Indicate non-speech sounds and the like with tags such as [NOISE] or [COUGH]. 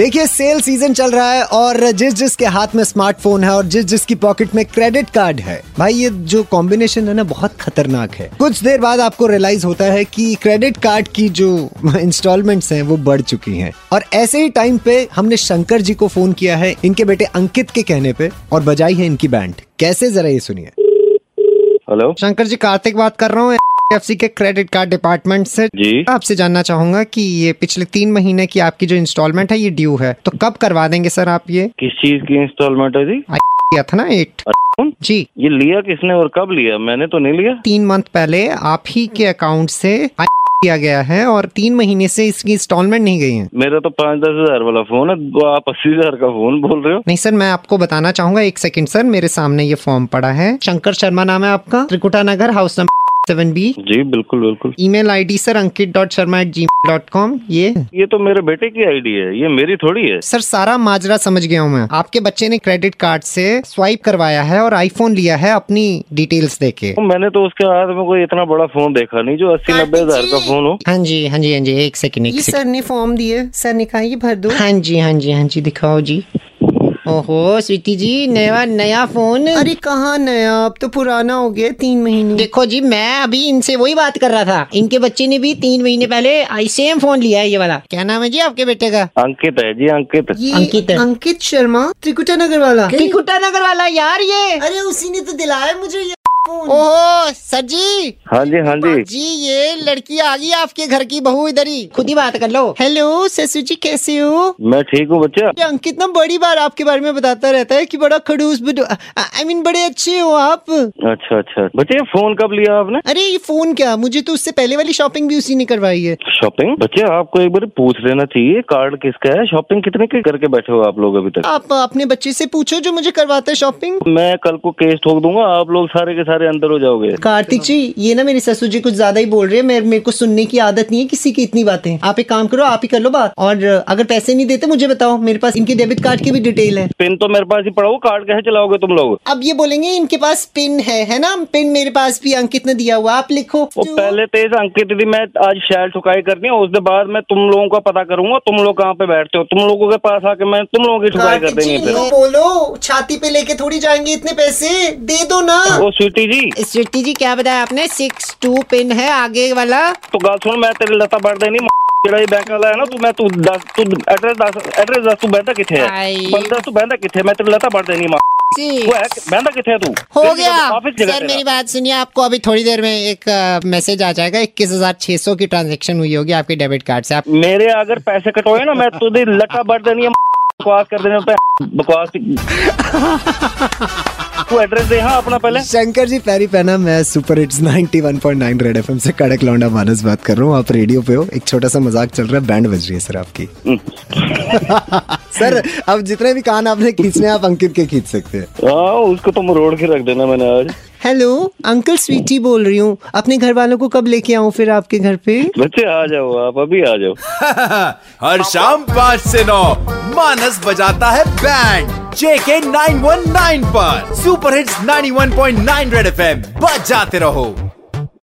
देखिए sale season चल रहा है और जिस जिस के हाथ में स्मार्टफोन है और जिस जिस की पॉकेट में क्रेडिट कार्ड है भाई ये जो कॉम्बिनेशन है ना बहुत खतरनाक है कुछ देर बाद आपको रियलाइज होता है कि क्रेडिट कार्ड की जो इंस्टॉलमेंट्स हैं वो बढ़ चुकी हैं और ऐसे ही टाइम पे हमने शंकर जी को फोन किया है इनके बेटे अंकित के कहने पे और बजाई है इनकी बैंड कैसे जरा ये सुनिए हेलो शंकर जी कार्तिक बात कर रहा हूँ एफसी के क्रेडिट कार्ड डिपार्टमेंट से जी। आपसे जानना चाहूंगा कि ये पिछले तीन महीने की आपकी जो इंस्टॉलमेंट है ये ड्यू है तो कब करवा देंगे सर आप ये किस चीज की इंस्टॉलमेंट है जी किया था ना एट कौन? जी ये लिया किसने और कब लिया मैंने तो नहीं लिया तीन मंथ पहले आप ही के अकाउंट से किया गया है और तीन महीने से इसकी इंस्टॉलमेंट नहीं गई है मेरा तो पाँच दस हजार वाला फोन है वो आप अस्सी हजार का फोन बोल रहे हो नहीं सर मैं आपको बताना चाहूंगा एक सेकंड सर मेरे सामने ये फॉर्म पड़ा है शंकर शर्मा नाम है आपका Trikuta Nagar house number seven B जी बिल्कुल बिल्कुल email ID sir Ankit dot Sharma at G dot com ये ये तो मेरे बेटे की आईडी है ये मेरी थोड़ी है तो सर सारा माजरा समझ गया हूँ मैं आपके बच्चे ने क्रेडिट कार्ड से स्वाइप करवाया है और आईफोन लिया है अपनी डिटेल्स देके मैंने तो उसके हाथ में कोई इतना बड़ा फोन देखा नहीं जो अस्सी नब्बे हजार का फोन हो हाँ जी हाँ जी हाँ जी एक सेकंड एक सर ने फॉर्म दिए सर ने कहा ये भर दो हाँ जी हाँ जी हाँ जी दिखाओ जी ओहो स्वीटी जी नया नया फोन अरे कहाँ नया अब तो पुराना हो गया तीन महीने देखो जी मैं अभी इनसे वही बात कर रहा था इनके बच्चे ने भी तीन महीने पहले आई सेम फोन लिया है ये वाला क्या नाम है जी आपके बेटे का अंकित है जी अंकित ये अंकित है। अंकित शर्मा त्रिकुटा नगर वाला त्रिकुटा नगर वाला यार ये अरे उसी ने तो दिलाया मुझे ये फोन ओहो सर जी हाँ जी हाँ जी जी ये लड़की आ गई आपके घर की बहू इधर ही खुद ही बात कर लो हेलो ससु जी कैसे हो मैं ठीक हूँ बच्चा ये अंकित ना बड़ी बार आपके बारे में बताता रहता है कि बड़ा खड़ूस आई मीन बड़े अच्छे हो आप अच्छा अच्छा बच्चे ये फोन कब लिया आपने अरे ये फोन क्या मुझे तो उससे पहले वाली शॉपिंग भी उसी ने करवाई है शॉपिंग बच्चे आपको एक बार पूछ लेना चाहिए कार्ड किसका है शॉपिंग कितने की करके बैठे हो आप लोग अभी तक आप अपने बच्चे से पूछो जो मुझे करवाता है शॉपिंग तो मैं कल को केस ठोक दूंगा आप लोग सारे के सारे अंदर हो जाओगे कार्तिक जी ये ना मेरे ससुर जी कुछ ज्यादा ही बोल रहे हैं मेरे मेरे को सुनने की आदत नहीं है किसी की इतनी बातें आप एक काम करो आप ही कर लो बात और अगर पैसे नहीं देते मुझे बताओ मेरे पास इनके डेबिट कार्ड की भी डिटेल है पिन तो मेरे पास ही पड़ा हुआ कार्ड कैसे चलाओगे तुम लोग अब ये बोलेंगे इनके पास पिन है है ना पिन मेरे पास भी अंकित ने दिया हुआ आप लिखो वो पहले तेज अंकित दीदी मैं आज शैल ठुकाई करनी है उसके बाद मैं तुम लोगों का पता करूंगा तुम लोग कहाँ पे बैठते हो तुम लोगों के पास आके मैं तुम लोगों की ठुकाई कर कार्तिक देंगे जी, फिर लो बोलो छाती पे लेके थोड़ी जाएंगे इतने पैसे दे दो ना ओ स्वीटी जी स्वीटी जी क्या बताया आपने सिक्स टू पिन है आगे वाला तो गल सुन मैं तेरे लता बढ़ देनी म- ਜਿਹੜਾ ਇਹ ਬੈਂਕ ਵਾਲਾ ਹੈ ਨਾ ਤੂੰ ਮੈਂ ਤੂੰ ਦੱਸ ਤੂੰ ਐਡਰੈਸ ਦੱਸ ਐਡਰੈਸ ਦੱਸ ਤੂੰ ਬਹਿੰਦਾ ਕਿੱਥੇ ਹੈ ਹਾਏ। ਬੰਦਾ ਤੂੰ ਬਹਿੰਦਾ ਕਿੱਥੇ ਹੈ? ਮੈਂ ਤੇਰੇ ਲਤਾ ਵੜ ਦੇਣੀ ਮਾਂ जी ਉਹ ਹੈ ਕਿ- ਬਹਿੰਦਾ ਕਿੱਥੇ ਹੈ तू हो गया ਆਫਿਸ ਜਗ੍ਹਾ सर मेरी बात सुनिए आपको अभी थोड़ी देर में एक मैसेज आ जाएगा इक्कीस हजार छह सौ की ट्रांजेक्शन हुई होगी आपके डेबिट कार्ड से आप मेरे अगर पैसे कटोए ना मैं तुझे लटा बढ़ देनी है बकवास कर देने पे बकवास तू एड्रेस दे हाँ अपना पहले शंकर जी पैरी पहना मैं सुपर हिट्स 91.9 रेड एफएम से कड़क लौंडा मानस बात कर रहा हूँ आप रेडियो पे हो एक छोटा सा मजाक चल रहा है बैंड बज रही है सर [LAUGHS] आपकी [LAUGHS] सर अब जितने भी कान आपने खींचने हैं, आप अंकित के खींच सकते हैं हाँ उसको तो मरोड़ के रख देना मैंने आज हेलो अंकल स्वीटी बोल रही हूँ अपने घर वालों को कब लेके आऊँ फिर आपके घर पे बच्चे आ जाओ आप अभी आ जाओ हर शाम पाँच से नौ मानस बजाता है बैंड जेके 919 पर सुपर हिट्स 91.9 रेड एफएम बजाते रहो